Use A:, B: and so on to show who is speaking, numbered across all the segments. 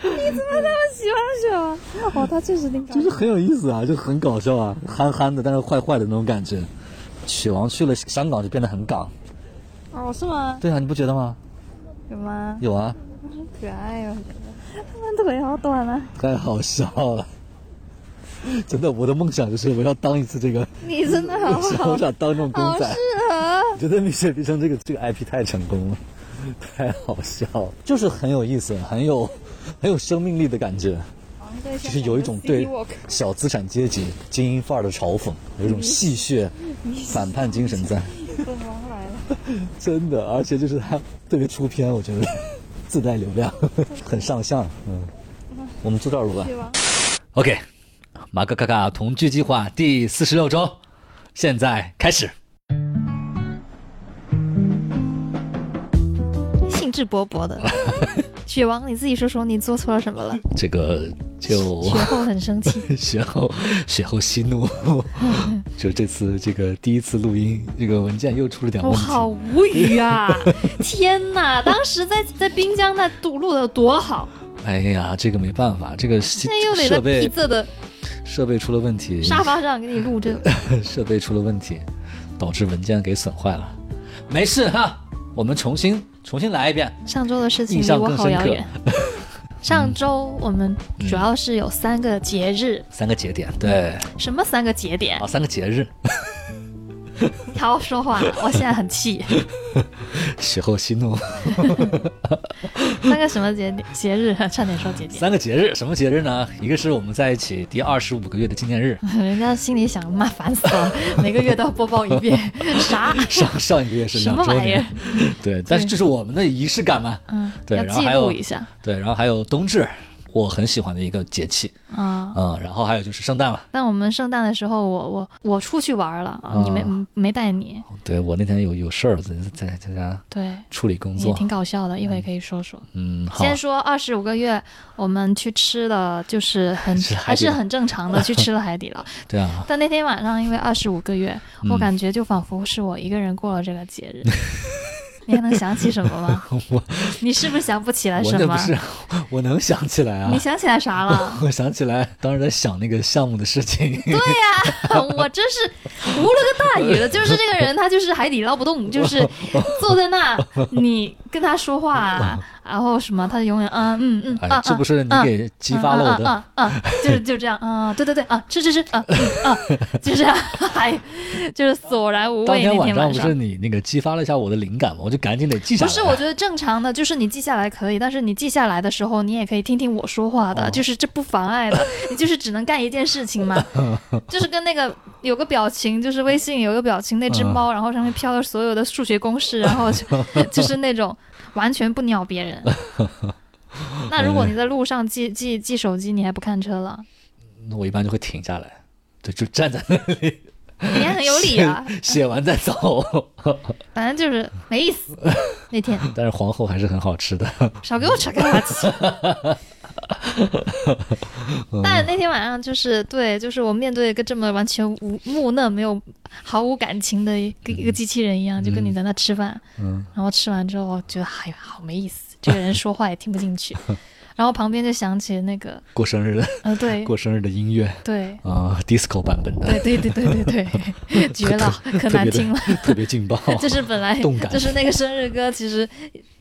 A: 怎么那么喜欢雪儿？哦，他确实挺搞笑
B: 就是很有意思啊，就很搞笑啊，憨憨的，但是坏坏的那种感觉。雪王去了香港就变得很港，
A: 哦，是吗？
B: 对啊，你不觉得吗？
A: 有吗？
B: 有啊，
A: 好可爱哦，我觉得他们腿好短啊！
B: 太好笑了。 真的，我的梦想就是我要当一次这个，
A: 你真的好
B: 我想
A: 好
B: 我，想当这种
A: 好
B: 公
A: 适
B: 仔。
A: 合。
B: 我觉得《蜜雪冰城》这个这个 IP 太成功了， 太好笑了，就是很有意思，很有很有生命力的感觉，就是有一种对小资产阶级精英范儿的嘲讽，有一种戏谑
A: 嗯
B: 反叛精神在，
A: 凤凰来了，
B: 真的，而且就是他特别出片，我觉 得自带流量，很上相，嗯，我们坐这儿录吧。
A: 对吧？
B: OK，马克卡卡同居计划第四十六周，现在开始。
A: 兴致勃勃的，雪王，你自己说说你做错了什么了？
B: 这个就
A: 雪后很生气，
B: 雪后雪后息怒，就这次这个第一次录音，这个文件又出了 点
A: 我
B: 问题。
A: 哦好无语啊！ 天哪，当时在在滨江那堵路的有多好，
B: 哎呀，这个没办法，这个系
A: 那又得在
B: 设
A: 披
B: 备
A: 着的
B: 设备出了问题，
A: 沙发上给你录这个。
B: 设备出了问题，导致文件给损坏了。没事哈，我们重新重新来一遍。
A: 上周的事情
B: 印
A: 离
B: 象
A: 我
B: 更
A: 好
B: 深
A: 遥
B: 刻
A: 远。上周我们主要是有三个节日，
B: 三个节点，对，
A: 什么三个节点
B: 啊，？三个节日，
A: 好好说话，我现在很 气。
B: 雪后息怒。
A: 三个什么节点节日？差点说节点。
B: 三个节日，什么节日呢？一个是我们在一起第二十五个月的纪念日，
A: 人家心里想，妈烦死了， 每个月都要播报一 遍，啥？
B: 上上一个月是
A: 什
B: 两
A: 么
B: 周
A: 玩意
B: 年
A: 儿，
B: 对，但是这是我们的仪式感嘛，
A: 嗯，
B: 对，
A: 要
B: 然后
A: 记
B: 还
A: 录
B: 有
A: 一下
B: 对，然后还有冬至，我很喜欢的一个节气，
A: 啊。
B: 嗯，然后还有就是圣诞了，
A: 但我们圣诞的时候，我我我出去玩了，
B: 啊哦
A: 你没没带你，
B: 对我那天有有事儿，在在在家
A: 对，
B: 处理工
A: 也
B: 作，
A: 挺搞笑的，一会可以说说。
B: 嗯，好，
A: 先说二十五个月，我们去吃的就是很
B: 吃海
A: 还
B: 底
A: 是
B: 捞
A: 很正常的去吃了海底 捞。
B: 对啊，
A: 但那天晚上因为二十五个月，我
B: 嗯
A: 感觉就仿佛是我一个人过了这个节日。你还能想起什么吗？
B: 我
A: 你是啊不是想不起来
B: 我
A: 什
B: 那
A: 么
B: 不？是，啊 我能想起来啊？
A: 你，想起来啥了
B: 我想起来，当时在想那个项目的事情，
A: 啊 我真是无了个大雨了。就是这个人，他就是海底捞不动，就是坐在那，你跟他说话 啊，然后什么，他就永远嗯嗯嗯
B: 哎
A: 啊，
B: 这不是你给激发了我的，
A: 啊啊啊 啊就是就这样啊，对对对啊，吃吃吃啊嗯啊，就这样， 哎，就是索然无
B: 当
A: 味。
B: 天
A: 嗯那
B: 晚
A: 天晚
B: 上不是你那个激发了一下我的灵感吗？我就赶紧得记下
A: 不
B: 来。
A: 是，我觉得正常的，就是你记下来可以，但是你记下来的时候，你也可以听听我说话的，
B: 哦
A: 就是这不妨碍的，你就是只能干一件事情嘛， 就是跟那个有个表情，就是微信有个表情那只
B: 嗯
A: 猫，然后上面飘了所有的数学公式，然后 就就是那种完全不鸟别人。那如
B: 哎
A: 果你在路上记记记手机，你还不看车了，
B: 那我一般就会停下来，对，就站在那里
A: 你还很有理啊，
B: 写完再走。
A: 反正就是没意思。那天
B: 但是皇后还是很好吃的，
A: 少给我扯开话题。
B: 嗯
A: 但那天晚上就是对，就是我面对一个这么完全无木讷、没有毫无感情的一个、一个机器人一样，就跟你在那吃饭，
B: 嗯
A: 然后吃完之后我觉得哎呀好没意思，这个人说话也听不进 去，然后旁边就响起那个
B: 过生日的
A: 呃对
B: 过生日的音乐
A: 对
B: 啊、d i s c o 版本的，
A: 对对对对对 对，绝了，可
B: 特
A: 难
B: 别
A: 听了。
B: 的特别劲 爆，
A: 就是本来
B: 哦动感，
A: 就是那个生日歌，其实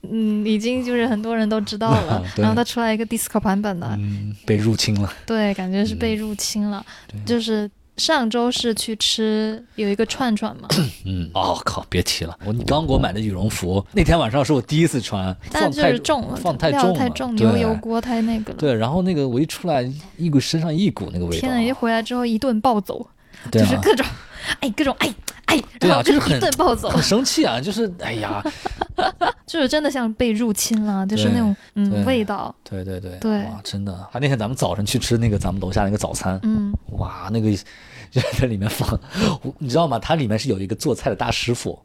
A: 嗯已经就是很多人都知道了
B: 对
A: 然后它出来一个 disco 版本的，
B: 嗯被入侵了，
A: 对，感觉是被入侵了。
B: 嗯
A: 就是上周是去吃有一个串串 嘛，
B: 嗯，哦靠，别提了，我你刚给我买的羽绒服，那天晚上是我第一次穿，
A: 但
B: 放
A: 就
B: 太
A: 是重了，
B: 放太
A: 料
B: 重
A: 太
B: 了，
A: 重，
B: 对
A: 牛油锅太那个了。
B: 对，然后那个我一出来，一股身上一股那个味道
A: 天，啊呐，一回来之后一顿暴走，
B: 对
A: 就是
B: 啊，
A: 各种哎各种哎哎，
B: 对
A: 然
B: 啊
A: 后就
B: 就是很
A: 一顿暴 走，
B: 很生气啊，就是哎呀，
A: 就是真的像被入侵了，就是
B: 对
A: 那种
B: 对
A: 嗯味道，
B: 对对对，
A: 对
B: 哇，真的，他那天咱们早晨去吃那个咱们楼下那个早餐，
A: 嗯
B: 哇，那个就在里面放，我你知道吗？它里面是有一个做菜的大师傅，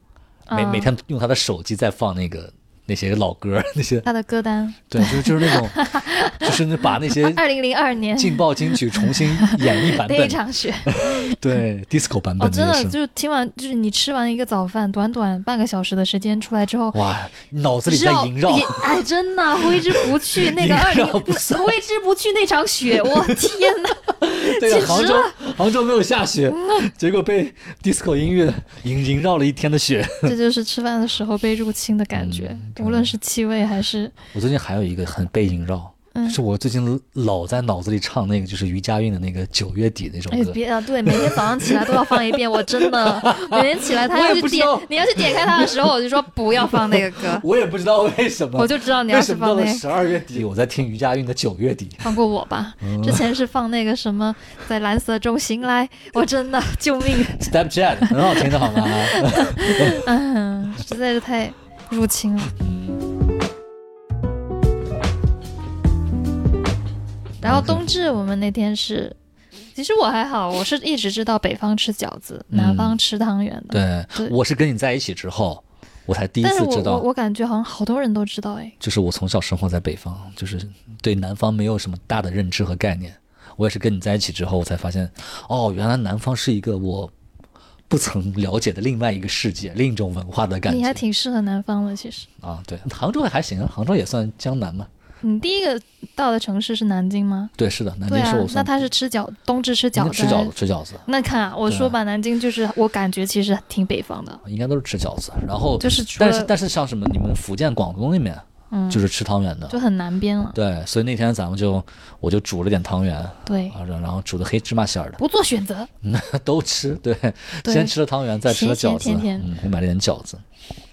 B: 每
A: 啊
B: 每天用他的手机在放那个那些老歌，那 些
A: 他的歌单，
B: 对，就就是那种，就是那把那些
A: 二零零二 年
B: 劲爆金曲重新演绎版
A: 那一
B: 呃本，
A: 场雪，
B: 对，disco 版
A: 哦，
B: 本
A: 真
B: 那
A: 的
B: 个是，
A: 就是听完，就是你吃完一个早饭，短短半个小时的时间出来之后，
B: 哇，脑子里
A: 知
B: 在
A: 道
B: 萦绕
A: 也，哎，真的挥之不 去那个二
B: 萦
A: 零，
B: 绕不散
A: 挥之不去那场雪， 我天哪！
B: 对，啊
A: 简直
B: 杭州
A: 哦
B: 杭州没有下雪，
A: 嗯
B: 结果被 disco 音乐萦萦绕了一天的雪。
A: 这就是吃饭的时候被入侵的感觉，
B: 嗯
A: 无论是气味还是
B: 我最近还有一个很被萦绕，
A: 嗯
B: 就是我最近老在脑子里唱那个，就是于佳韵的那个九月底那首
A: 哎
B: 歌。
A: 别啊，对，每天早上起来都要放一遍，我真的每天起来他
B: 我也
A: 要去
B: 不知
A: 点
B: 道，，
A: 你要去点开它的时候，我就说不要放那个歌
B: 我也不知道为什么，
A: 我就知道你要
B: 为什
A: 是
B: 么到
A: 放
B: 了
A: 那
B: 十二月底，我在听于佳韵的九月底。
A: 放过我吧，
B: 嗯
A: 之前是放那个什么在蓝色中醒来，我真的救命，
B: Snapchat 很好听的好吗？
A: 嗯， 实在是太入侵了。然后冬至，我们那天是，其实我还好，我是一直知道北方吃饺子，南方吃汤圆的。
B: 嗯对，
A: 对
B: 我是跟你在一起之后，我才第一
A: 但是
B: 次
A: 我
B: 知
A: 我
B: 道，
A: 我感觉好像好多人都知道哎，
B: 就是我从小生活在北方，就是对南方没有什么大的认知和概念。我也是跟你在一起之后，我才发现，哦，原来南方是一个我不曾了解的另外一个世界，另一种文化的感
A: 你还
B: 觉
A: 挺适合南方的。其实，
B: 啊。对，杭州还行啊，杭州也算江南嘛。
A: 你第一个到的城市是南京吗？
B: 对，是的，南
A: 对
B: 京
A: 啊
B: 是我，
A: 那
B: 算
A: 他是吃饺，冬至吃
B: 应
A: 饺
B: 该
A: 子，
B: 吃饺子，。吃饺子
A: 那看啊，我说吧，南京就是我感觉其实挺北方的，
B: 应该都是吃饺子。然后，
A: 就是除
B: 但是
A: 了
B: 但是像什么你们福建、广东那边，
A: 嗯
B: 就是吃汤圆的。
A: 就很南边了。
B: 对，所以那天咱们就我就煮了点汤圆啊，
A: 对，
B: 然然后煮的黑芝麻馅儿的，
A: 不做选择，
B: 都吃。对，
A: 对
B: 先吃了汤圆，再吃了
A: 咸
B: 饺
A: 咸甜
B: 子。
A: 甜
B: 嗯，我买了点饺子，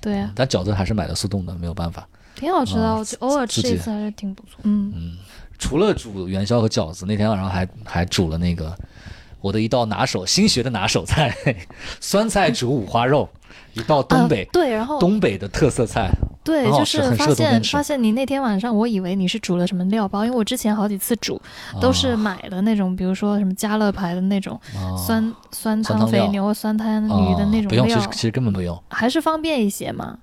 A: 对啊，
B: 但饺子还是买的速冻的，没有办法。
A: 挺好吃的，
B: 啊
A: 我就偶尔吃
B: 自己
A: 一次还是挺不错。嗯，
B: 除了煮元宵和饺子，那天晚上还还煮了那个我的一道拿手新学的拿手菜—— 酸菜煮五花肉，一道东北、
A: 啊对，然后
B: 东北的特色菜。
A: 对，
B: 很好
A: 就
B: 吃
A: 是
B: 很适合
A: 发
B: 冬天
A: 现
B: 吃
A: 发现你那天晚上，我以为你是煮了什么料包，因为我之前好几次煮都是买了那种，比如说什么家乐牌的那种
B: 啊
A: 酸酸
B: 酸
A: 汤
B: 汤料
A: 肥牛、酸汤鱼嗯的那
B: 啊
A: 种
B: 不用，其
A: 料
B: 实，其实根本不用。
A: 还是方便一些嘛。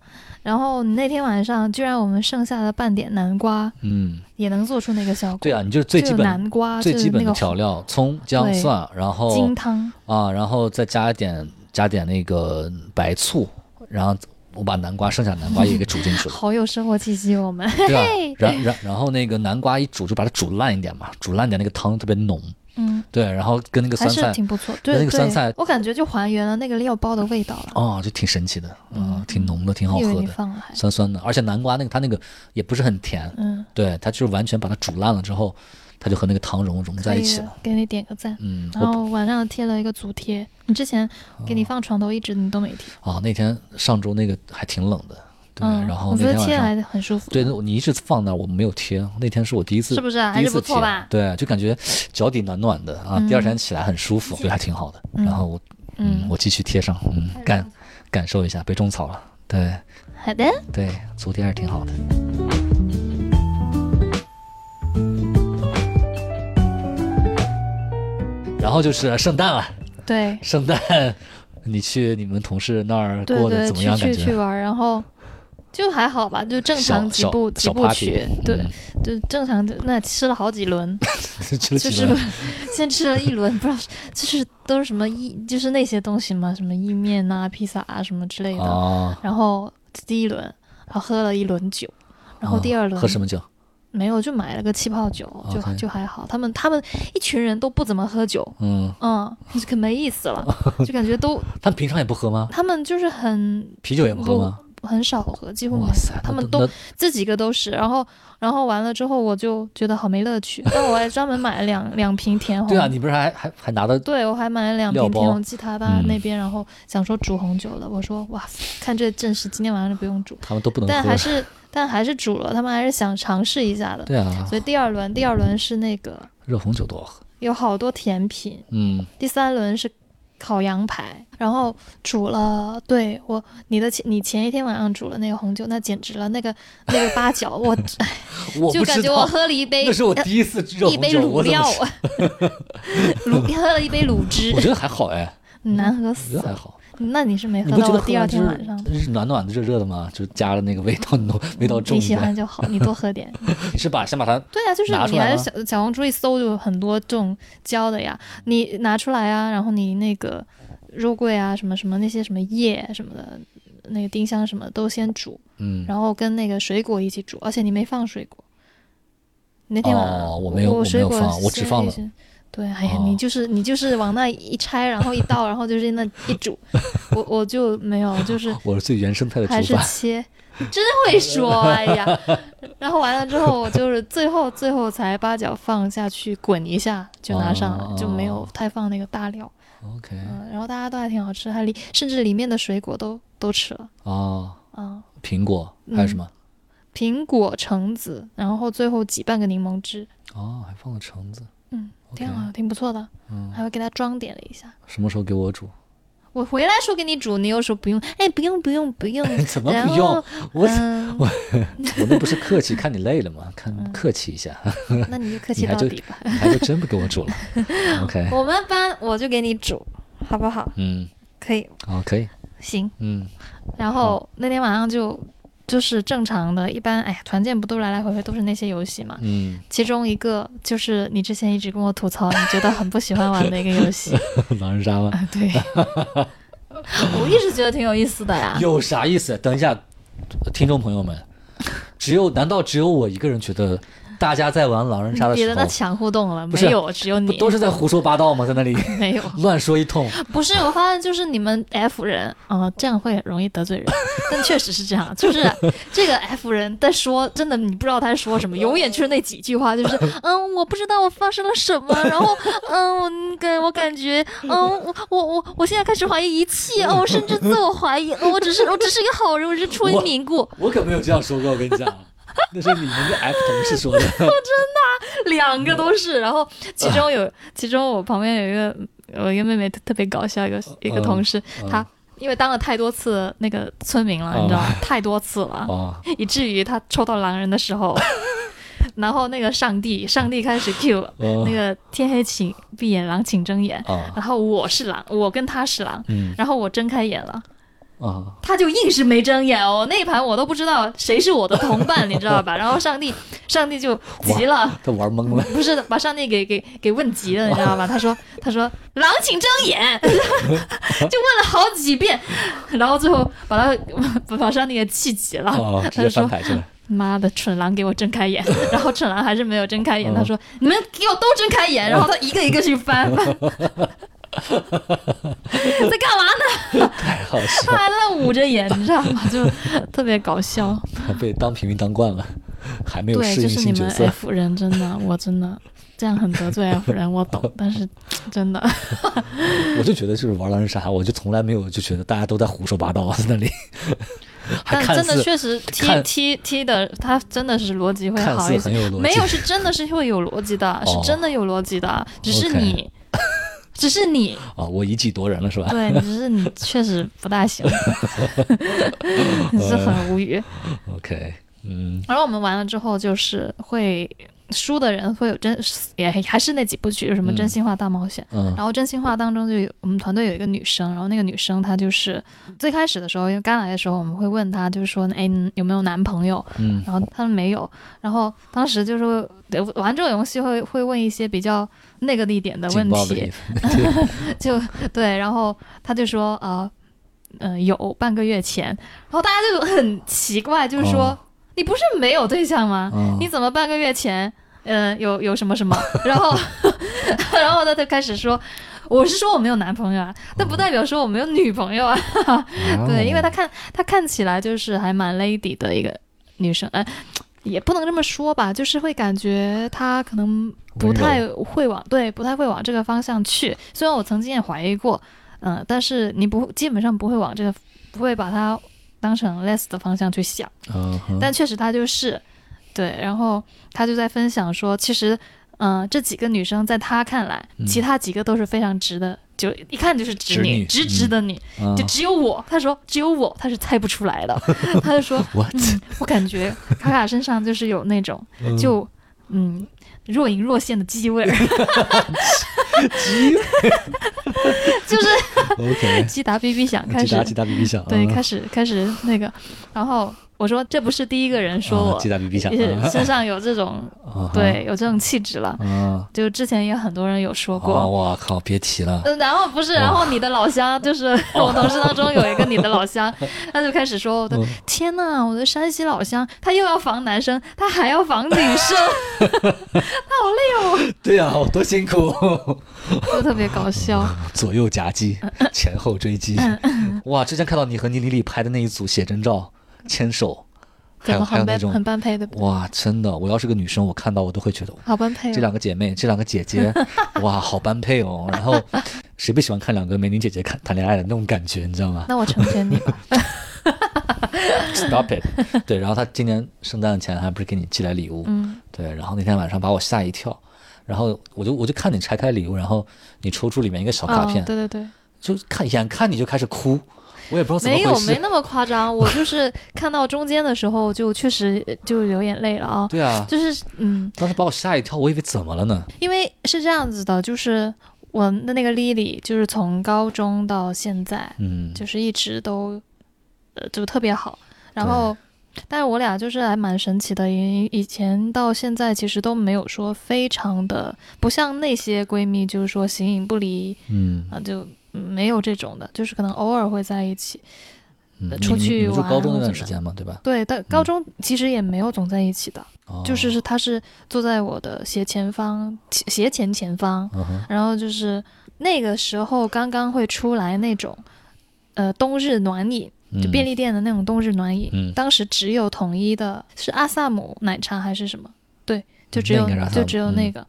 A: 然后你那天晚上居然我们剩下的半点南瓜
B: 嗯，
A: 也能做出那个效果，
B: 对啊，你就是最
A: 就
B: 基
A: 有
B: 本
A: 南瓜
B: 最
A: 就是
B: 基本
A: 那
B: 的
A: 个
B: 调料，葱、姜、
A: 对
B: 蒜，然后
A: 金汤，
B: 啊，然后再加一点加点那个白醋，然后我把南瓜剩下南瓜也给煮进去 了，
A: 好有生活气息，我们
B: 对吧？然然然后那个南瓜一煮就把它煮烂一点嘛，煮烂点那个汤特别浓，
A: 嗯。
B: 对，然后跟那个
A: 还
B: 酸
A: 是
B: 菜
A: 挺不错，对
B: 那个酸
A: 对
B: 菜
A: 我感觉就还原了那个料包的味道了。
B: 哦，就挺神奇的，嗯，挺浓的，挺好
A: 以为
B: 喝
A: 你
B: 的，
A: 放了还，
B: 酸酸的，而且南瓜那个它那个也不是很甜，
A: 嗯，
B: 对，它就是完全把它煮烂了之后，它就和那个汤融融在
A: 可
B: 一
A: 以
B: 起
A: 的
B: 了，
A: 给你点个赞。
B: 嗯，我哦
A: 然后晚上贴了一个足贴，你之前给你放床头一直你都没贴，
B: 啊，那天上周那个还挺冷的，对，
A: 嗯，
B: 然后
A: 我
B: 那
A: 觉
B: 天
A: 得贴
B: 晚上，
A: 还很舒服，
B: 对，那你一直放那儿，我没有贴，那天是我第一次，
A: 是不是啊
B: 第
A: 还
B: 一
A: 是
B: 次
A: 不
B: 贴
A: 错吧
B: 对，就感觉脚底暖暖的啊，第二天起来很舒
A: 嗯
B: 服，觉得还挺好的。然后我，嗯，我继续贴上，嗯，感感受一下，被种草了，对
A: 好的，
B: 对，足贴还是挺好的。然后就是圣诞了，
A: 对
B: 圣诞，你去你们同事那儿
A: 对
B: 过得
A: 对，
B: 怎么
A: 去
B: 样？感
A: 去
B: 觉
A: 去玩儿，然后就还好吧，就正常
B: 小
A: 几
B: 小
A: 步几
B: 小
A: 步
B: party 嗯
A: 曲， 对，就正常的那吃了好几轮，
B: 吃了
A: 就
B: 几
A: 是
B: 轮
A: 先吃了一轮，不知道是就是都是什么意，就是那些东西嘛，什么意面啊、披萨啊什么之类的，
B: 啊？
A: 然后第一轮，然后喝了一轮酒，然后第二轮、
B: 哦嗯喝什么酒？
A: 没有，就买了个气泡酒，就
B: OK
A: 就还好。他们他们一群人都不怎么喝酒，
B: 嗯，
A: 嗯，就可没意思 了，就感觉都
B: 他们平常也不喝吗？
A: 他们就是很
B: 啤酒也不喝吗？
A: 很少喝，几乎没
B: 哇
A: 有
B: 塞，
A: 他
B: 那
A: 们
B: 那
A: 都这几个都是。然后然后完了之后，我就觉得好没乐趣，但我还专门买了两两瓶甜红。
B: 对啊，你不是还还还拿到
A: 对，我还买了两
B: 料
A: 瓶
B: 包
A: 甜红鸡塔吧
B: 嗯
A: 那边，然后想说煮红酒的，我说哇，看这阵势，今天晚上就不用煮，
B: 他们都不能
A: 但还
B: 喝？
A: 是但还是煮了，他们还是想尝试一下的。
B: 对啊，
A: 所以第二轮，第二轮是那个
B: 热红酒多好喝。
A: 有好多甜品，
B: 嗯，
A: 第三轮是烤羊排，然后煮了，对我你的前你前一天晚上煮了那个红酒，那简直了，那个那个八角，我
B: 我
A: 就
B: 不
A: 感
B: 知
A: 觉我
B: 道，
A: 喝了一杯呃
B: 那是我第一次热
A: 一
B: 红
A: 杯
B: 酒，
A: 卤
B: 我怎么
A: 料啊
B: 知？，
A: 卤喝了一杯卤汁
B: 我，觉得还好哎，
A: 难喝
B: 我觉
A: 死
B: 得还
A: 了。
B: 好。
A: 那你是没喝
B: 你不
A: 到
B: 觉得
A: 我
B: 喝
A: 第二
B: 完就
A: 天晚
B: 是
A: 上。
B: 是暖暖的、热热的吗？就加了那个味道 浓、味道重
A: 你
B: 一
A: 喜欢
B: 点。
A: 就好，你多喝点。
B: 你是把先把它
A: 对啊，就是
B: 拿出
A: 你
B: 来
A: 还
B: 吗
A: 是小小红书一搜就有很多这种胶的呀，你拿出来啊，然后你那个肉桂啊，什么什么那些什么叶什么的，那个丁香什么都先煮，
B: 嗯
A: 然后跟那个水果一起煮，而且你没放水果。那天晚上、
B: 哦我没有我没
A: 水
B: 有
A: 果
B: 放我只
A: 现在
B: 放
A: 就
B: 了
A: 是。对，哎呀，
B: 哦
A: 你就是你就是往那一拆，然后一倒，然后就是那一煮， 我我就没有，就是
B: 我是最原生态的
A: 还
B: 煮
A: 是
B: 法。
A: 切，你真会说，哎 呀！然后完了之后，我就是最后最后才八角放下去滚一下就拿上来，
B: 哦
A: 就没有太放那个大料。
B: OK
A: 嗯、然后大家都还挺好吃，还里甚至里面的水果都都吃了
B: 哦，
A: 啊、
B: 苹果还有什么？
A: 苹果、橙子，然后最后挤半个柠檬汁，
B: 哦，还放了橙子。
A: 嗯，挺
B: OK
A: 好，挺不错的，
B: 嗯，
A: 还会给它装点了一下。
B: 什么时候给我煮？
A: 我回来说给你煮，你又说不用，哎，不用不用不 用，
B: 怎么
A: 然
B: 不
A: 后
B: 用？我
A: 嗯，
B: 我那不是客气，看你累了吗？看客气一下，
A: 那你就客气
B: 你还
A: 到
B: 就
A: 底吧。
B: 你还就真不给我煮了。OK，
A: 我们班我就给你煮，好不好？
B: 嗯，
A: 可以，
B: 哦，可以，
A: 行。
B: 嗯，
A: 然后那天晚上就就是正常的，一般哎呀，团建不都来来回回都是那些游戏嘛？
B: 嗯，
A: 其中一个就是你之前一直跟我吐槽，你觉得很不喜欢玩的一个游 戏
B: 狼人杀吗？
A: 啊，对。 我一直觉得挺有意思的呀，
B: 有啥意思？等一下，听众朋友们，只有难道只有我一个人觉得大家在玩狼人杀的
A: 别
B: 时
A: 的那
B: 候
A: 抢互动了，
B: 不
A: 没
B: 是
A: 有，只有
B: 不
A: 你
B: 都是在胡说八道吗？在那里
A: 没有。
B: 乱说 一通，
A: 不是，我发现就是你们 F 人啊、这样会容易得罪人，但确实是这样，就是这个 F 人在说，真的你不知道他在说什么，永远就是那几句话，就是嗯，我不知道我发生了什么，然后嗯，我那个我感觉嗯，我我我我现在开始怀疑一切，哦，我甚至自我怀疑，哦，我只是我只是一个好人，我只是出于
B: 我
A: 凝固，
B: 我可没有这样说过，我跟你讲。那是你们的 F 同事 说的，
A: 两个都是，然后其中有，
B: 嗯
A: 其中我旁边有一个我一个妹妹特特别搞笑，一个一个
B: 嗯
A: 同事，
B: 嗯
A: 她因为当了太多次那个村民了，
B: 嗯
A: 你知道吗？太多次了，
B: 哦，
A: 以至于她抽到狼人的时 候，然后那个上帝，上帝开始 Q
B: 哦
A: 那个天黑请闭眼，狼请睁眼，
B: 啊，
A: 然后我是狼，我跟他是狼，
B: 嗯
A: 然后我睁开眼了。
B: 啊，
A: 他就硬是没睁眼哦，那一盘我都不知道谁是我的同 伴，你知道吧？然后上帝，上帝就急了，
B: 他玩懵 了，
A: 不是把上帝给给给问急了，你知道 吧？他说他说狼请睁眼，就问了好几遍，然后最后把他把把上帝给气急了。
B: 哦，
A: 他
B: 直接
A: 就说
B: 翻牌去了。：“
A: 妈的，蠢狼给我睁开 眼！”然后蠢狼还是没有睁开眼，
B: 嗯
A: 他说：“你们给我都睁开
B: 哦
A: 眼！”然后他一个一个去翻，在干嘛呢？
B: 太好笑
A: 他还愣捂着眼，你知道吗？就特别搞笑。
B: 了，被当平民当惯了，还没有
A: 对，就
B: 适应
A: 是你
B: 新
A: 们
B: 角色。
A: F 人，真的，我真的这样很得罪 F 人，我懂，但是真的。
B: 我就觉得就是玩狼人杀，我就从来没有就觉得大家都在胡说八道在 那里，还
A: 但
B: 看
A: 真的
B: 似
A: 确实踢
B: 看
A: 踢踢的，他真的是逻辑会
B: 看
A: 好
B: 似
A: 一些
B: 很。有逻辑，哦
A: 没有是真的是会有逻辑的，是真的有逻辑的，只是
B: OK
A: 你， 只是你，
B: 啊，我以己度人了是吧？
A: 对，你只是 你确实不大行，你是很无语。
B: OK，嗯，
A: 然后我们完了之后，就是会输的人会有真也还是那几部剧，有什么
B: 嗯
A: 真心话大冒险。
B: 嗯
A: 然后真心话当中就有我们团队有一个女生，然后那个女生她就是最开始的时候，因为刚来的时候，我们会问她，就是说，哎，你有没有男朋友？
B: 嗯
A: 然后他们没有，然后当时就是对玩这种游戏会会问一些比较那个一点的
B: 劲
A: 问
B: 爆的一
A: 题， 就对，然后他就说呃呃有半个月前，然后大家就很奇怪，就是说、
B: 哦
A: 你不是没有对象 吗？
B: 嗯
A: 你怎么半个月前呃有有什么什么？然后 然后他就开始说。我是说我没有男朋友啊，但
B: 哦
A: 不代表说我没有女朋友啊。
B: 嗯
A: 对，因为她看她看起来就是还蛮 lady 的一个女生，呃，也不能这么说吧，就是会感觉她可能不
B: 温柔
A: 太会往对，不太会往这个方向去。虽然我曾经也怀疑过，嗯、但是你不基本上不会往这个，不会把它当成 less 的方向去想。
B: 嗯哼，
A: 但确实她就是，对，然后她就在分享说，其实，嗯、这几个女生在她看来，
B: 嗯
A: 其他几个都是非常直的，就一看就是直
B: 直
A: 女，
B: 女
A: 直直的女，
B: 嗯
A: 就只有我。她说只有我，她是猜不出来的。 她就说，
B: what
A: 嗯，我感觉卡卡身上就是有那种
B: 嗯
A: 就 嗯若隐若现的鸡味儿。
B: 鸡
A: 就是
B: OK，
A: 击打哔哔响，开
B: 击打
A: 始
B: 击打哔哔响，
A: 对，
B: 啊
A: 开始开始那个，然后我说这不是第一个人说
B: 啊
A: 我
B: 击打哔哔响
A: 也
B: 啊
A: 身上有这种
B: 啊哈
A: 对有这种气质了，
B: 啊，
A: 就之前也很多人有说
B: 啊
A: 过。
B: 哇靠，别提了，
A: 嗯，然后不是，然后你的老乡就是我同事当中有一个你的老乡，他就开始说我的
B: 哦嗯
A: 天呐，我的山西老乡，他又要防男生，他还要防女生， 他好累哦，
B: 对啊，我多辛苦，
A: 就特别搞笑。
B: 左右夹击，
A: 嗯
B: 前后追击，哇，之前看到你和倪妮里拍的那一组写真照，牵手，还
A: 怎
B: 有
A: 么
B: 还有
A: 很
B: 那
A: 般
B: 种
A: 很般配的，
B: 哇，真的，我要是个女生，我看到我都会觉得，
A: 好般配、哦。
B: 这两个姐妹，这两个姐 姐，哇，好般配哦。然后谁不喜欢看两个美女姐姐看谈恋爱的那种感觉，你知 道吗
A: 那我成全你 吧。
B: ？Stop it。对，然后她今年圣诞前还不是给你寄来礼物？
A: 嗯，
B: 对，然后那天晚上把我吓一跳，然后我就我就看你拆开礼物，然后你抽出里面一个小卡片，
A: 嗯、对对对，
B: 就看眼看你就开始哭，我也不知道怎么
A: 没有
B: 回
A: 没
B: 事。
A: 那么夸张，我就是看到中间的时候就确实呃就流眼泪了啊。
B: 对啊，
A: 就是嗯，
B: 当时把我吓一跳，我以为怎么了呢？
A: 因为是这样子的，就是我的那个 Lily，就是从高中到现在，
B: 嗯，
A: 就是一直都呃就特别好，然后。但是我俩就是还蛮神奇的，以以前到现在其实都没有说非常的，不像那些闺蜜，就是说形影不离
B: 嗯，
A: 啊，就嗯没有这种的，就是可能偶尔会在一起，
B: 嗯
A: 呃
B: 你
A: 出
B: 你
A: 去
B: 你不是
A: 玩
B: 高中那
A: 或
B: 段
A: 者
B: 时间嘛，对吧？
A: 对，但高中其实也没有总在一起的，
B: 哦
A: 就是是他是坐在我的斜前方，斜斜前前方，
B: 嗯哼
A: 然后就是那个时候刚刚会出来那种，呃，冬日暖饮，就便
B: 嗯
A: 利店的那种冬日暖饮，
B: 嗯
A: 当时只有统一的，是阿萨姆奶茶还是什么？对，就只
B: 那
A: 有
B: 应该是阿萨
A: 就
B: 姆嗯
A: 只有那个，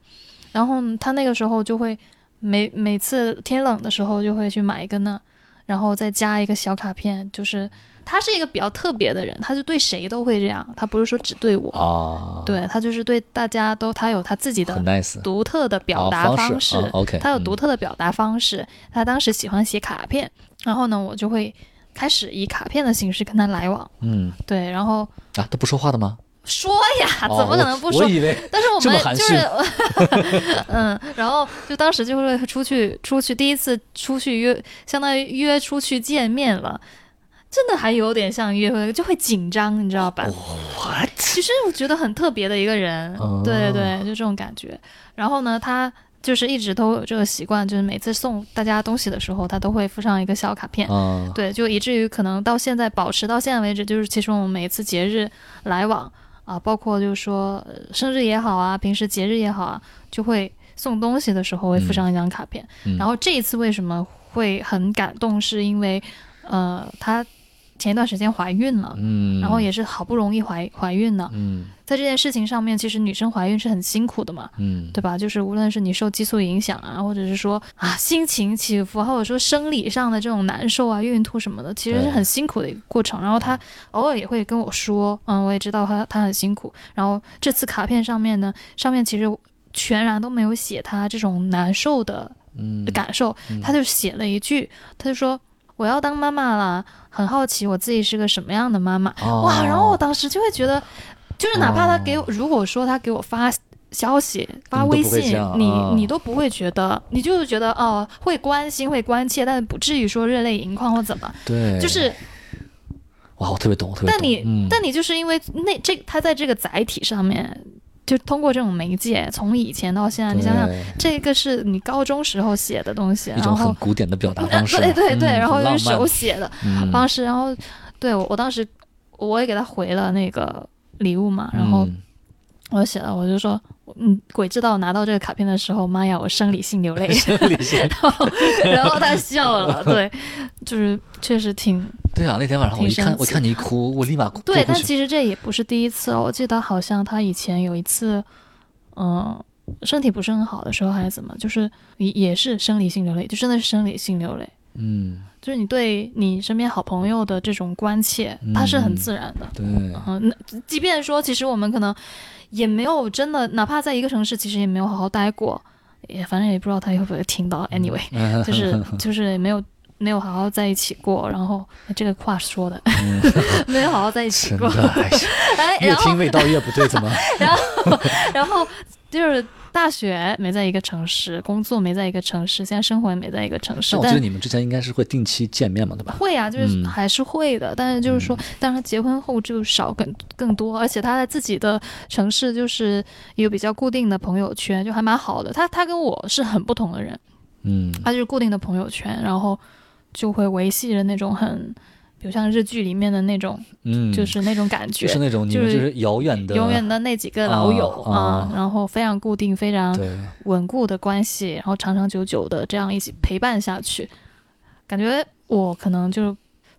A: 然后他那个时候就会每每次天冷的时候就会去买一个那，然后再加一个小卡片，就是他是一个比较特别的人，他就对谁都会这样，他不是说只对我，
B: 啊，
A: 对他就是对大家都他有他自己的
B: 很 nice，
A: 独特的表达
B: 啊
A: 方
B: 方
A: 式，
B: 式啊，OK，
A: 他有独
B: 嗯
A: 特的表达方式。他当时喜欢写卡片，然后呢，我就会开始以卡片的形式跟他来往。
B: 嗯
A: 对，然后
B: 啊，都不说话的吗？
A: 说呀，
B: 哦
A: 啊怎么可能不说？
B: 我我 以为
A: 但是我
B: 这么
A: 们
B: 含
A: 就
B: 蓄
A: 是， 嗯，然后就当时就会出去出去，第一次出去约，相当于约出去见面了，真的还有点像约会，就会紧张，你知道吧？
B: what？
A: 其实我觉得很特别的一个人，
B: 哦
A: 对对对，就这种感觉。然后呢，他就是一直都有这个习惯，就是每次送大家东西的时候，他都会附上一个小卡片。
B: 啊，
A: 对，就以至于可能到现在保持到现在为止，就是其实我们每一次节日来往啊，包括就是说呃生日也好啊，平时节日也好啊，就会送东西的时候会附上一张卡片。
B: 嗯
A: 然后这一次为什么会很感动，是因为呃，她前一段时间怀孕了，
B: 嗯，
A: 然后也是好不容易怀怀孕了。
B: 嗯
A: 在这件事情上面，其实女生怀孕是很辛苦的嘛，
B: 嗯，
A: 对吧？就是无论是你受激素影响啊，或者是说啊心情起伏啊，或者说生理上的这种难受啊、孕吐什么的，其实是
B: 对
A: 很辛苦的一个过程。然后她偶尔也会跟我说，嗯，我也知道她她很辛苦。然后这次卡片上面呢，上面其实全然都没有写她这种难受的
B: 嗯
A: 感受，他就写了一句，他就说我要当妈妈了，很好奇我自己是个什么样的妈妈。
B: 哦
A: 哇，然后我当时就会觉得，就是哪怕他给我，
B: 哦
A: 如果说他给我发。消息发
B: 你都
A: 微
B: 不会
A: 信
B: 这，样
A: 你
B: 哦
A: 你都不会觉得，你就是觉得哦，会关心会关切，但不至于说热泪盈眶或怎么，
B: 对，嗯
A: 就是，
B: 哇，我特别懂，我特别懂。
A: 但你、
B: 嗯
A: 但你就是因为那这他在这个载体上面，就通过这种媒介，从以前到现在，你想想，
B: 对
A: 这个是你高中时候写的东西，
B: 一
A: 然
B: 种
A: 后
B: 很古典的 表达方式，
A: 对对对，
B: 嗯
A: 然后
B: 很
A: 用
B: 浪漫
A: 手写的
B: 嗯
A: 方式，然后对我我当时我也给他回了那个礼物嘛，然后
B: 嗯
A: 我就写了，我就说，嗯，鬼知道拿到这个卡片的时候，妈呀，我生理性流泪，
B: 理解
A: 然后然后他笑了，对，就是确实挺
B: 对啊，那天晚上我一
A: 挺神，
B: 看
A: 奇
B: 我看你一哭，我立马 过
A: 对，
B: 过
A: 但
B: 去。
A: 其实这也不是第一次、哦，我记得好像他以前有一次，嗯、身体不是很好的时候还是怎么，就是也也是生理性流泪，就真的是生理性流泪。
B: 嗯，
A: 就是你对你身边好朋友的这种关切，它是很自然的。
B: 对，
A: 嗯，那即便说，其实我们可能也没有真的，哪怕在一个城市，其实也没有好好待过，也反正也不知道他会不会听到。Anyway，就是
B: 嗯
A: 就是也没有没有好好在一起过，然后这个话说的， 没有好好在一起
B: 真
A: 过
B: 嗯的，。哎呀
A: 哎，
B: 越
A: 然后
B: 听味道越不对，怎么？
A: 然后然后就是大学没在一个城市，工作没在一个城市，现在生活也没在一个城市。
B: 但我
A: 但
B: 记得你们之前应该是会定期见面嘛，对吧？
A: 会啊，就是
B: 嗯
A: 还是会的，但是就是说，但是结婚后就少更更多，而且他在自己的城市就是有比较固定的朋友圈，就还蛮好的。他他跟我是很不同的人，
B: 嗯，
A: 他就是固定的朋友圈，然后就会维系着那种很，比如像日剧里面的那种，
B: 嗯，
A: 就是那种感觉
B: 就，是那种你们
A: 就
B: 就是是遥远的，
A: 永远的那几个老友
B: 啊
A: 啊，然后非常固定、非常
B: 对，
A: 稳固的关系，然后长长久久的这样一起陪伴下去，感觉我可能就是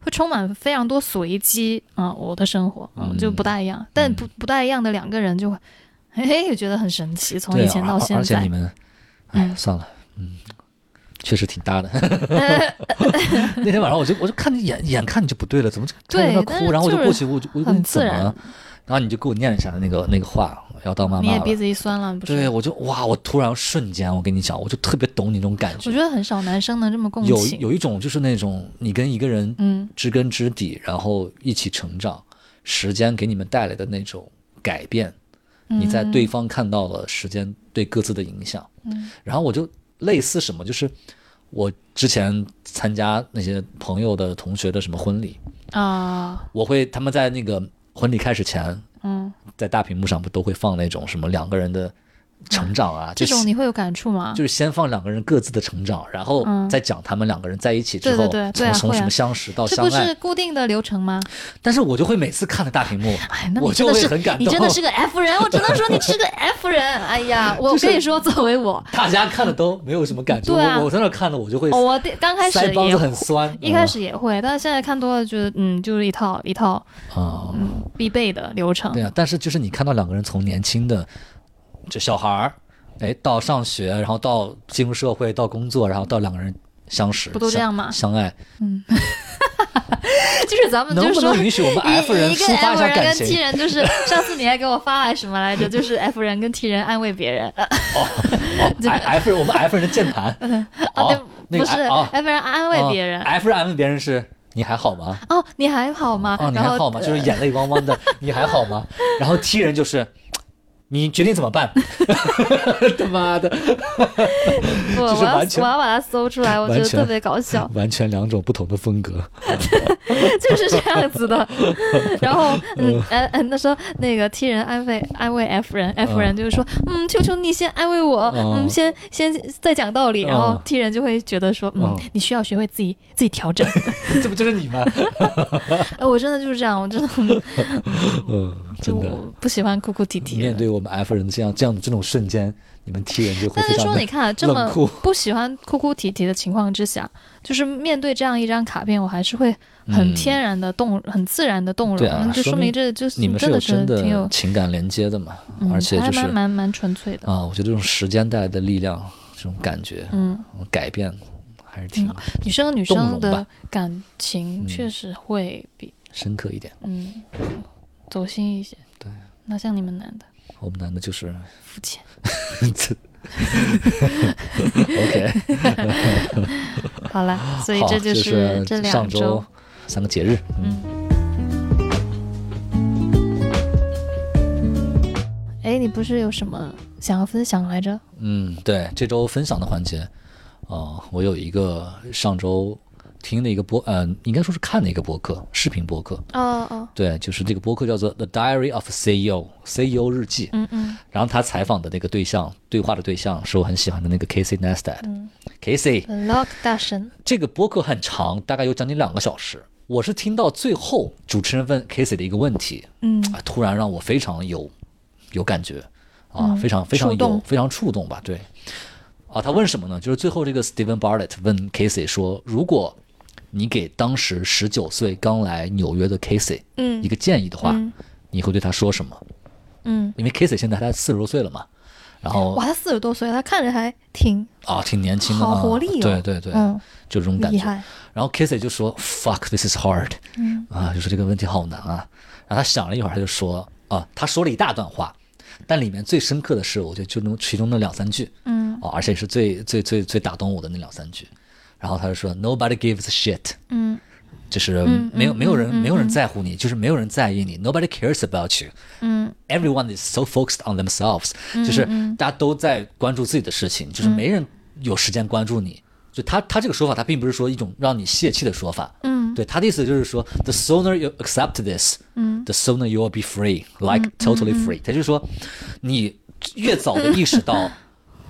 A: 会充满非常多随机啊、我的生活啊、
B: 嗯
A: 就不大一样，但不不大一样的两个人就会， 嘿嘿，我觉得很神奇，从
B: 对啊
A: 以前到
B: 而
A: 现
B: 而且
A: 在
B: 你，们，哎，
A: 嗯
B: 算了，嗯，确实挺搭的。 那天晚上我就我就看你眼眼看你就不对了，怎么就突然在那
A: 对但
B: 哭？
A: 是
B: 然后我就
A: 就是
B: 过去，我就我就问
A: 很
B: 你
A: 自
B: 怎么
A: 然
B: 了，然后你就给我念了一下那个那个话，要当妈
A: 你
B: 妈
A: 也
B: 了
A: 鼻。子一酸了，不是？
B: 对，我就哇！我突然瞬间，我跟你讲，我就特别懂你那种感
A: 我
B: 觉。
A: 觉得很少男生能这么共
B: 有
A: 情，
B: 有一种就是那种你跟一个人
A: 嗯，
B: 知根知底，然后一起成长，时间给你们带来的那种改变，你在对方看到了时间对各自的影响。
A: 嗯
B: 然后我就类似什么，就是我之前参加那些朋友的同学的什么婚礼，
A: 啊，
B: 我会他们在那个婚礼开始前，
A: 嗯，
B: 在大屏幕上不都会放那种什么两个人的成长啊，
A: 这
B: 就
A: 种
B: 是
A: 你会有感触吗？
B: 就是先放两个人各自的成长，然后
A: 啊嗯
B: 再讲他们两个人在一起之
A: 对
B: 后，
A: 对对对啊
B: 从从
A: 会啊
B: 什么相识到
A: 这
B: 相
A: 不
B: 爱
A: 是。固定的流程吗？
B: 但是我就会每次看着大屏幕，
A: 哎，那你
B: 我
A: 真
B: 就
A: 的
B: 会
A: 是
B: 很感动。
A: 你真的是个 F 人，我只能说你是个 F 人。哎 呀，我
B: 就是
A: 跟你说，作为我，
B: 大家看的都没有什么感觉，
A: 对啊
B: 我我在那看的我就会
A: 哦我第刚开
B: 腮
A: 始
B: 帮
A: 也
B: 子很酸。嗯
A: 一开始也会，但是现在看多了，觉得嗯，就是一套一套
B: 啊、嗯
A: 必备的流程
B: 对。啊，但是就是你看到两个人从年轻的这小孩儿，哎，到上学，然后到进入社会，到工作，然后到两个人相识，
A: 不都这样吗
B: 相相爱，
A: 就是咱嗯们就
B: 能
A: 是
B: 不
A: 说
B: 能。允许我们 F 人
A: 一一个
B: 抒发一
A: F
B: 下
A: 人
B: 感
A: 跟 T
B: 情？
A: 人，就是上次你还给我发来什么来着？就是 F 人跟 T 人安慰别人， 啊，
B: 哦，I- F 人，我们 F 人的键 盘，
A: 嗯啊对
B: 哦，，那
A: 不
B: 个
A: 是
B: I- 哦
A: F 人安慰别人
B: 哦。F 人安慰别人是你还好吗？
A: 哦，你还好吗
B: 哦，？你
A: 然
B: 还
A: 后
B: 好吗？就是眼泪汪汪的，你还好吗？然后 T 人就是。你决定怎么办？ 他妈的，
A: 我
B: 就是
A: 我要
B: 完全
A: 我要把它搜出来，我觉
B: 完
A: 得
B: 全
A: 特别搞笑。
B: 完全两种不同的风格。
A: 就是这样子的。然后，嗯，呃，呃那时候那个 T 人安慰安慰 F 人，F 人就是说，嗯，求求你先安慰我，
B: 嗯
A: 嗯，先先再讲道理。
B: 嗯
A: 然后 T 人就会觉得说，嗯
B: 嗯，
A: 你需要学会自己自己调 整。
B: 这不就是 你吗？
A: 呃我真的就是这样，我 真的
B: 嗯，
A: 就
B: 真的。
A: 我不喜欢哭哭啼啼
B: 面
A: 的。
B: 对我们 F 人这样这样这种瞬间，你们 T 人就会
A: 但
B: 非
A: 是
B: 常
A: 说，
B: 的
A: 你看啊这么
B: 冷酷
A: 不喜欢哭哭啼啼的情况之下，就是面对这样一张卡片，我还是会很
B: 嗯
A: 天然的动，很自然的动
B: 对
A: 容，
B: 啊
A: 那就
B: 说
A: 说明
B: 明
A: 这就是
B: 你们是
A: 真
B: 有
A: 的是
B: 真
A: 挺有
B: 的，情感连接的嘛，
A: 嗯
B: 而且
A: 还
B: 就是
A: 蛮蛮蛮纯粹的。
B: 啊，我觉得这种时间带来的力量，这种感觉、
A: 嗯，
B: 嗯改变还是挺
A: 嗯女生和女
B: 动
A: 生
B: 容
A: 的
B: 吧
A: 感情
B: 嗯
A: 确实会比
B: 深刻一点。
A: 嗯走心一些。
B: 对，
A: 那像你们男的
B: 我们男的就是
A: 肤浅。
B: OK，
A: 好了，所以
B: 好，
A: 这
B: 就是
A: 这
B: 上
A: 两
B: 周三个节日，嗯，
A: 哎，你不是有什么想要分享来着？
B: 嗯，对，这周分享的环节，呃，我有一个上周听的一个播，呃，应该说是看的一个播客，视频播客，
A: 哦哦，
B: 对，就是这个播客叫做《The Diary of E CEO》CEO 日记，
A: 嗯嗯
B: 然后他采访的那个对象，对话的对象是我很喜欢的那个 Casey Neistat。Casey
A: 嗯，Vlog 大神，
B: 这个播客很长，大概有将近两个小时。我是听到最后主持人问 Casey 的一个问题，
A: 嗯
B: 啊，突然让我非常有有感觉啊，非常非
A: 嗯
B: 常
A: 触
B: 有
A: 动
B: 非常触动吧？对，啊，他问什么呢？就是最后这个 Steven Bartlett 问 Casey 说，如果你给当时十九岁刚来纽约的 Casey 一
A: 嗯
B: 个建议的话，
A: 嗯
B: 你会对他说什么？
A: 嗯，
B: 因为 Casey 现在他四十多岁了嘛，然后
A: 哇，他四十多岁，他看着还挺
B: 啊挺年轻的啊，
A: 好活力哦
B: 对对对，
A: 嗯
B: 就这种感
A: 厉
B: 觉。
A: 害，
B: 然后 Casey 就说 “fuck this is hard”，
A: 嗯
B: 啊，就说这个问题好难啊。然后他想了一会儿，他就说啊，他说了一大段话，但里面最深刻的是，我觉得就那其中的两三句，
A: 嗯
B: 啊，而且是最最最最打动我的那两三句。然后他就说 “nobody gives a shit”，
A: 嗯
B: 就是
A: 嗯
B: 没有、
A: 嗯
B: 没有人、
A: 嗯嗯
B: 没有人在乎你，就是没有人在意你，Nobody cares about you。
A: 嗯
B: Everyone is so focused on themselves，、就是大家都在关注自己的事情，
A: 嗯
B: 就是没人有时间关注你。就他他这个说法，他并不是说一种让你泄气的说法。
A: 嗯
B: 对他的意思就是说，the sooner you accept this，
A: 嗯
B: the sooner you will be free, like totally free。他就说，你越早的意识 到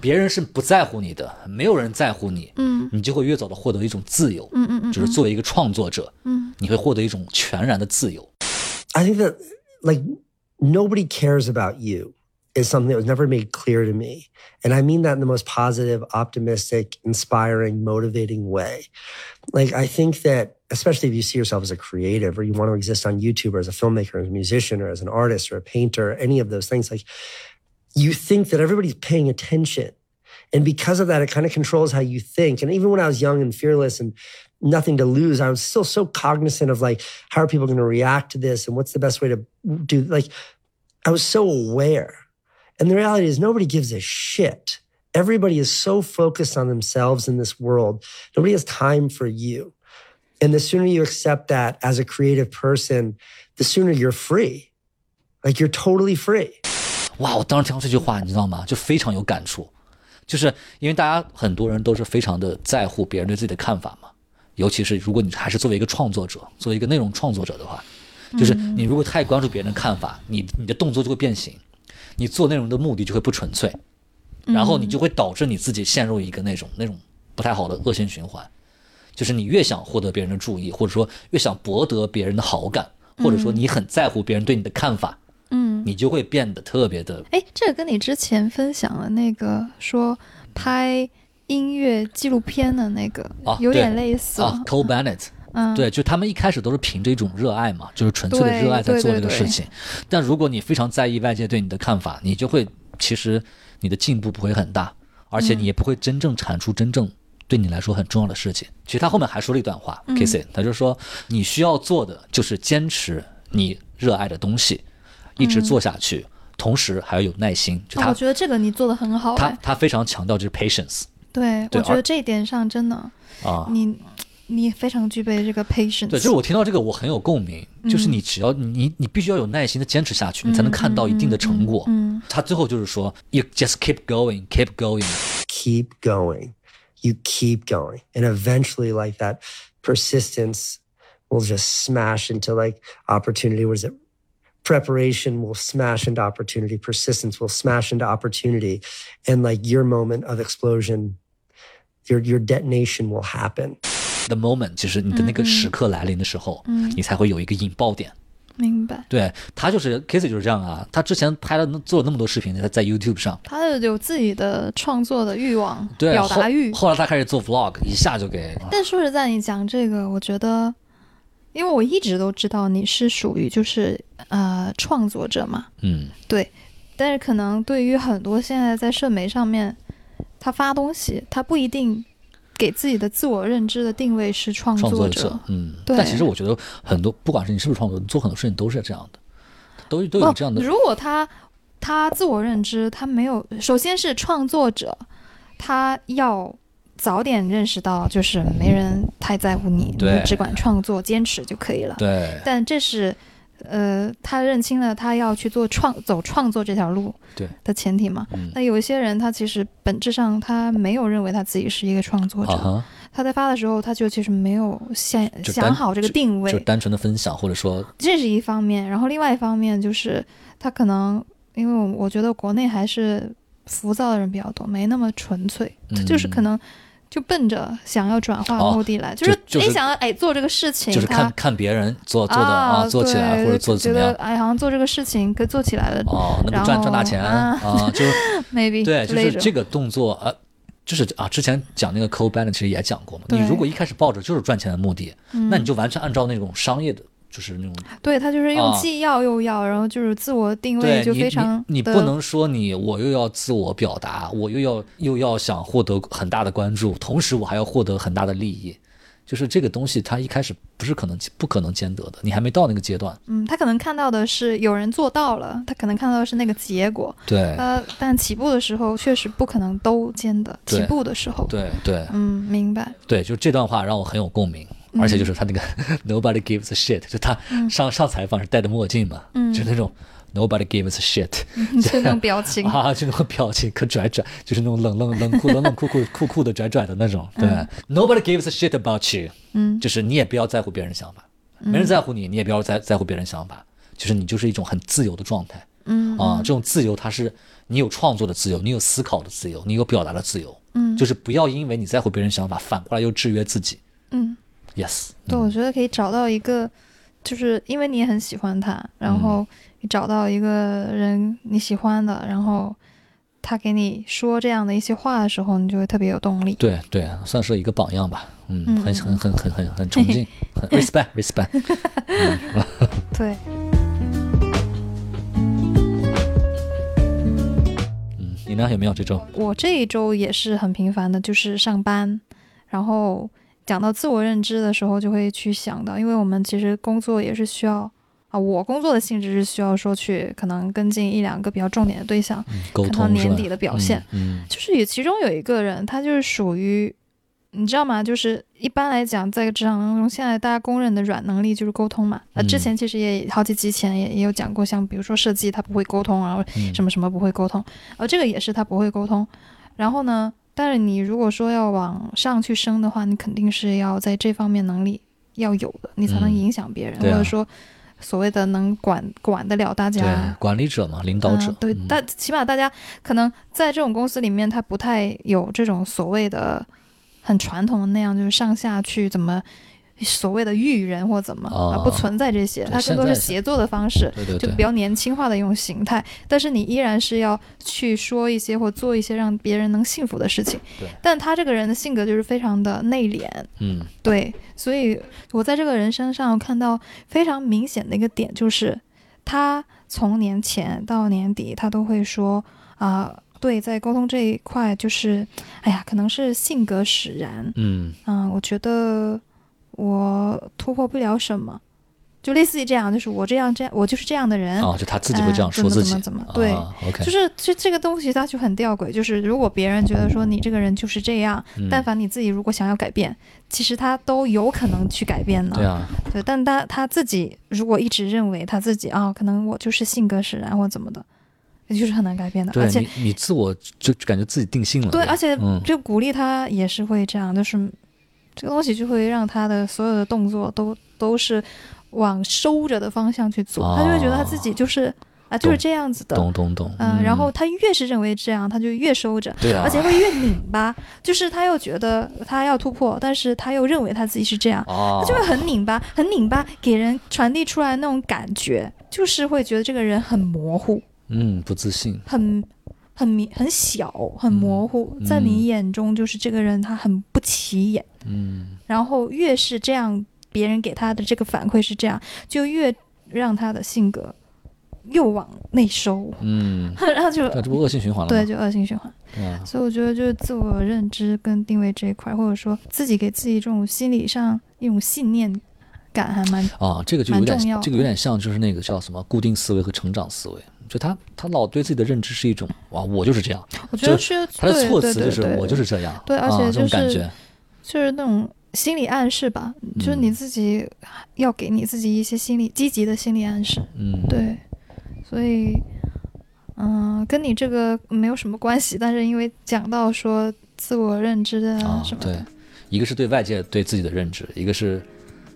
B: 别人是不在乎你的，没有人在乎你，
A: 嗯
B: 你就会越早的获得一种自由。
A: 嗯嗯嗯
B: 就是作为一个创作者，
A: 嗯
B: 你会获得一种全然的自由。
C: I think that like nobody cares about you is something that was never made clear to me. And I mean that in the most positive, optimistic, inspiring, motivating way. Like I think that especially if you see yourself as a creative or you want to exist on YouTube or as a filmmaker, or as a musician, or as an artist or a painter, or any of those things, like you think that everybody's paying attention. And because of that, it kind of controls how you think. And even when I was young and fearless and nothing to lose, I was still so cognizant of like, how are people going to react to this and what's the best way to do like i was so aware and the reality is nobody gives a shit everybody is so focused on themselves in this world nobody has time for you and the sooner you accept that as a creative person the sooner you're free like you're totally free
B: 哇，我当时听到这句话，你知道吗？就非常有感触，就是因为大家很多人都是非常的在乎别人对自己的看法嘛，尤其是如果你还是作为一个创作者，作为一个内容创作者的话，就是你如果太关注别人的看法，你你的动作就会变形，你做内容的目的就会不纯粹，然后你就会导致你自己陷入一个那种那种不太好的恶性循环，就是你越想获得别人的注意，或者说越想博得别人的好感，或者说你很在乎别人对你的看法，
A: 嗯。
B: 你就会变得特别的
A: 哎，这个跟你之前分享的那个说拍音乐纪录片的那个
B: 啊
A: 有点
B: 对
A: 类似
B: 啊
A: 哦。
B: ，Cole Bennett，
A: 嗯，
B: 对，就他们一开始都是凭着一种热爱嘛，就是纯粹的热爱在
A: 对
B: 做
A: 对
B: 这个
A: 对
B: 事情。但如果你非常在意外界对你的看法，你就会其实你的进步不会很大，而且
A: 嗯
B: 你也不会真正产出真正对你来说很重要的事情。其实他后面还说了一段话
A: 嗯
B: k i s s i 他就说你需要做的就是坚持你热爱的东西，一直做下去，同时还要有耐心。就
A: 嗯哦
B: 他、
A: 我觉得这个你做的很好
B: 他
A: 哎。
B: 他非常强调就是 patience
A: 对，
B: 对
A: 我觉
B: 而
A: 得这一点上真的，
B: 啊。
A: 你你非常具备这个 patience。
B: 对，就是我听到这个我很有共鸣，
A: 嗯
B: 就是你只要你你必须要有耐心的坚持下去，你才能看到一定的成果。
A: 嗯
B: 他最后就是说，you just keep going, keep going。
C: keep going. You keep going. And eventually, like that persistence will just smash into like opportunity. What is it? Preparation will smash into opportunity. Persistence will smash into opportunity. And like your moment of explosion, your, your detonation will happen.
B: The moment 就是你的那
A: 嗯
B: 个时刻来临的时候，你才会有一个引爆点。
A: 明白。
B: 对他就是 Kissy 就是这样啊，他之前拍了那做了那么多视频，他在 YouTube 上，
A: 他有自己的创作的欲望、
B: 对
A: 表达欲
B: 后。后来他开始做 Vlog，一下就给
A: 但说实在，你讲这个，我觉得，因为我一直都知道你是属于就是呃创作者嘛，
B: 嗯
A: 对。但是可能对于很多现在在社媒上面，他发东西，他不一定给自己的自我认知的定位是创
B: 创作
A: 者。
B: 者，嗯。
A: 对
B: 但其实我觉得很多，不管是你是不是创作者，你做很多事情都是这样的，都都
A: 不，
B: 有这样的。
A: 哦如果他他自我认知，他没有，首先是创作者，他要早点认识到，就是没人太在乎你，
B: 对
A: 你只管创作，坚持就可以了。
B: 对
A: 但这是。呃，他认清了他要去做创走创作这条路
B: 对
A: 的前提嘛。
B: 嗯
A: 那有一些人，他其实本质上他没有认为他自己是一个创作者，
B: 啊哈。
A: 他在发的时候，他就其实没有想
B: 就单
A: 想好这个定位，
B: 就单纯的分享，或者说，
A: 这是一方面，然后另外一方面就是他可能因为我我觉得国内还是浮躁的人比较多，没那么纯粹，
B: 嗯
A: 他就是可能就奔着想要转化
B: 哦
A: 目的来，
B: 就
A: 就是
B: 就是
A: 哎想要哎做这个事情，
B: 就是看
A: 他
B: 看别人做做的
A: 啊
B: 啊，做起来
A: 对
B: 或者做的怎
A: 觉
B: 么
A: 得
B: 样
A: 哎好像做这个事情可做起来了、
B: 哦，能
A: 然后
B: 够赚赚大钱
A: 啊
B: 啊，就
A: m a y b e
B: 对，就是这
A: 个
B: 个动作啊，就是啊，之前讲那个 co balance 其实也讲过嘛，
A: 对嗯
B: 你如果一开始抱着就是赚钱的目的，那你就完全按照那种商业的，就是那种
A: 对他就是用
B: 啊
A: 既要又要，然后就是自我定位
B: 对
A: 就
B: 你
A: 非常
B: 你你
A: 的
B: 不能说你我又要自我表达，我又要又要想获得很大的关注，同时我还要获得很大的利益。就是这个东西，它一开始不是可能不可能兼得的，你还没到那个阶段。
A: 嗯，他可能看到的是有人做到了，他可能看到的是那个结果，
B: 对
A: 呃，但起步的时候确实不可能都兼得。
B: 对
A: 起步的时候，
B: 对对
A: 嗯，明白。
B: 对，就这段话让我很有共鸣。而且就是他那个 nobody gives a shit，就他上上采访是戴着墨镜嘛，就那种 nobody gives a shit，
D: 就那种表情
B: 啊，就那种表情可拽拽，就是那种冷冷冷酷冷冷酷酷酷酷的拽拽的那种。对，nobody gives a shit about you，
D: 嗯
B: 就是你也不要在乎别人的想法，没人在乎你，你也不要在在乎别人的想法，就是你就是一种很自由的状态。
D: 嗯
B: 啊，这种自由它是你有创作的自由，你有思考的自由，你有表达的自由。
D: 嗯
B: 就是不要因为你在乎别人想法，反过来又制约自己。
D: 嗯，
B: Yes，
A: 对，我觉得可以找到一个，就是因为你也很喜欢他，然
B: 嗯
A: 后你找到一个人你喜欢的，然后他给你说这样的一些话的时候，你就会特别有动力。
B: 对对，算是一个榜样吧。嗯，
A: 嗯
B: 很很很很很很崇敬，很 respect respect。
A: 对，
B: 嗯，你呢？有没有这种？
A: 我这一周也是很频繁的，就是上班，然后讲到自我认知的时候，就会去想到，因为我们其实工作也是需要啊，我工作的性质是需要说去可能跟进一两个比较重点的对象，
B: 嗯沟
A: 看到
B: 通是吧
A: 年底的表现。
B: 嗯，嗯
A: 就是有其中有一个人，他就是属于，你知道吗？就是一般来讲，在职场当中，现在大家公认的软能力就是沟通嘛。呃，
B: 嗯
A: 之前其实也好几集前也也有讲过，像比如说设计他不会沟通，然后
B: 嗯
A: 什么什么不会沟通，呃，这个也是他不会沟通。然后呢，但是你如果说要往上去升的话，你肯定是要在这方面能力要有的，你才能
B: 嗯
A: 影响别人，
B: 对
A: 或
B: 啊
A: 者说所谓的能管管得了大
B: 对啊
A: 家，
B: 管理者嘛，领导者
A: 嗯、，对，
B: 嗯
A: 大起码大家可能在这种公司里面，他不太有这种所谓的很传统的那样，就是上下去怎么所谓的育人或怎么、
B: 哦
A: 啊，不存在这些，
B: 对
A: 它
B: 现
A: 更多是
B: 在是
A: 协作的方式。
B: 对对
A: 就
B: 对
A: 比较年轻化的一种形态，但是你依然是要去说一些或做一些让别人能幸福的事情
B: 对。
A: 但他这个人的性格就是非常的内敛，
B: 嗯
A: 对，所以我在这个人身上看到非常明显的一个点，就是他从年前到年底，他都会说啊、对，在沟通这一块，就是，哎呀，可能是性格使然，
B: 嗯
A: 嗯、我觉得我突破不了什么，就类似于这样，就是我这样这样，我就是这样的人，
B: 啊，就他自己会这样
A: 哎
B: 说自己，
A: 怎么怎么怎么对
B: 啊，OK，
A: 就是这这个东西它就很吊诡，就是如果别人觉得说你这个人就是这样，
B: 嗯
A: 但凡你自己如果想要改变，其实他都有可能去改变的。
B: 对啊，
A: 对但他他自己如果一直认为他自己啊、可能我就是性格使然或怎么的，也就是很难改变的。而
B: 对
A: 且
B: 你你自我就就感觉自己定性了，
A: 对，而且
B: 嗯
A: 就鼓励他也是会这样，就是这个东西就会让他的所有的动作都都是往收着的方向去做，他就会觉得他自己就是啊就是
B: 哦懂
A: 这样子的。
B: 懂懂懂，
A: 嗯，然后他越是认为这样，他就越收着，
B: 对啊，
A: 而且会越拧巴。就是他又觉得他要突破，但是他又认为他自己是这样，
B: 啊
A: 他，就会很拧巴，很拧巴，给人传递出来那种感觉，就是会觉得这个人很模糊，
B: 嗯，不自信，
A: 很很迷很小，很模糊，在你眼中就是这个人他很不起眼。
B: 嗯
A: 然后越是这样，别人给他的这个反馈是这样，就越让他的性格又往内收，
B: 嗯，
A: 然后就
B: 对啊，这不恶性循环了
A: 对，
B: 吗？
A: 就恶性循环。
B: 对啊，
A: 所以我觉得就是自我认知跟定位这一块，或者说自己给自己这种心理上一种信念感，还蛮
B: 啊，这个就
A: 蛮
B: 有点
A: 重要，
B: 这个有点像就是那个叫什么固定思维和成长思维，就他他老对自己的认知是一种哇，我就是这样，
A: 我觉得
B: 就是他的
A: 对
B: 措
A: 对
B: 辞
A: 对
B: 就是
A: 对
B: 我就是这样，
A: 对而且
B: 啊这种
A: 就是
B: 感觉，
A: 就是那种心理暗示吧，就是
B: 嗯
A: 你自己要给你自己一些心理积极的心理暗示，
B: 嗯，
A: 对，所以嗯、跟你这个没有什么关系，但是因为讲到说自我认知的
B: 啊
A: 什，么的，
B: 对，一个是对外界对自己的认知，一个是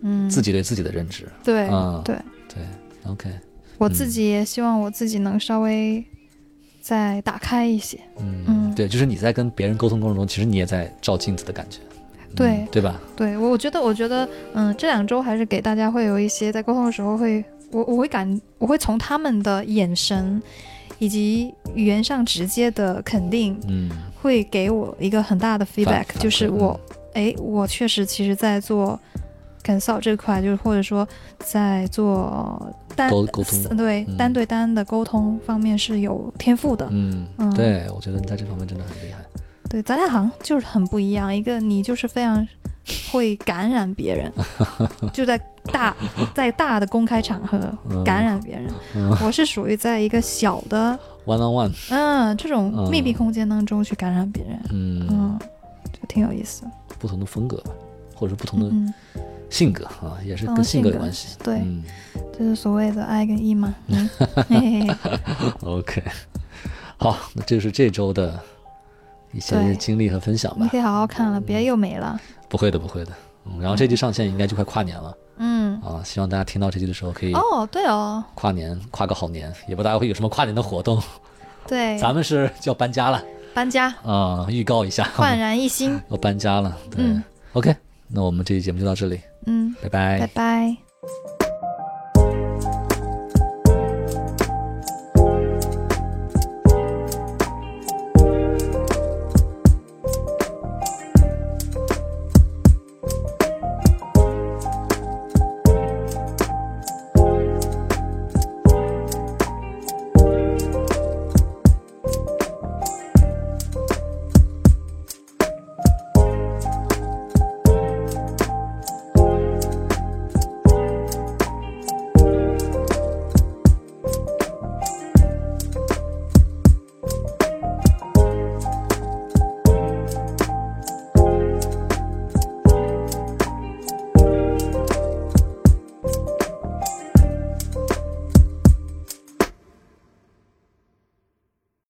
A: 嗯，
B: 自己对自己的认知，
A: 对、
B: 啊
A: 对。
B: 对，OK，
A: 我
B: 嗯
A: 自己也希望我自己能稍微再打开一些。
B: 嗯，
A: 嗯
B: 对，就是你在跟别人沟通过程中，其实你也在照镜子的感觉，嗯
A: 对
B: 对吧？
A: 对我，我觉得，我觉得，嗯，这两周还是给大家会有一些在沟通的时候会，我我会感，我会从他们的眼神以及语言上直接的肯定，
B: 嗯，
A: 会给我一个很大的 feedback，
B: 反
A: 就是
B: 馈嗯
A: 我，哎，我确实其实在做 consult 这块，就是或者说在做单
B: 沟沟通
A: 对、
B: 嗯
A: 单对单的沟通方面是有天赋的。
B: 嗯，
A: 嗯
B: 对，我觉得你在这方面真的很厉害。
A: 对，咱俩好像就是很不一样。一个你就是非常会感染别 人，就在大在大的公开场合
B: 嗯
A: 感染别人。我是属于在一个小的
B: One on one，
A: 嗯这种密闭
B: 嗯
A: 空间当中去感染别人，
B: 嗯，
A: 嗯，就挺有意思的。
B: 不同的风格吧，或者是不同的
A: 嗯，
B: 性格啊，也是
A: 嗯
B: 跟性格
A: 性
B: 有
A: 格
B: 关系。
A: 对
B: 嗯
A: 就是所谓的 I 跟 E 嘛。嗯，嘿嘿嘿
B: OK，好，那这就是这周的一些
A: 对
B: 经历和分享
A: 你
B: 吧
A: 可。以好好看
B: 嗯
A: 了，别又没了。
B: 不会的，不会的。嗯，然后这期上线应该就快跨年了
A: 嗯，
B: 啊，希望大家听到这期的时候可以
A: 哦，对哦，
B: 跨年跨个好年，也不知道大家会有什么跨年的活动。
A: 对，
B: 咱们是就要搬家了
A: 搬家，
B: 啊，预告一下，
A: 焕然一新。
B: 要搬家了。对
A: 嗯
B: ，OK，那我们这期节目就到这里，
A: 嗯，
B: 拜拜
A: 拜拜。
E: 拜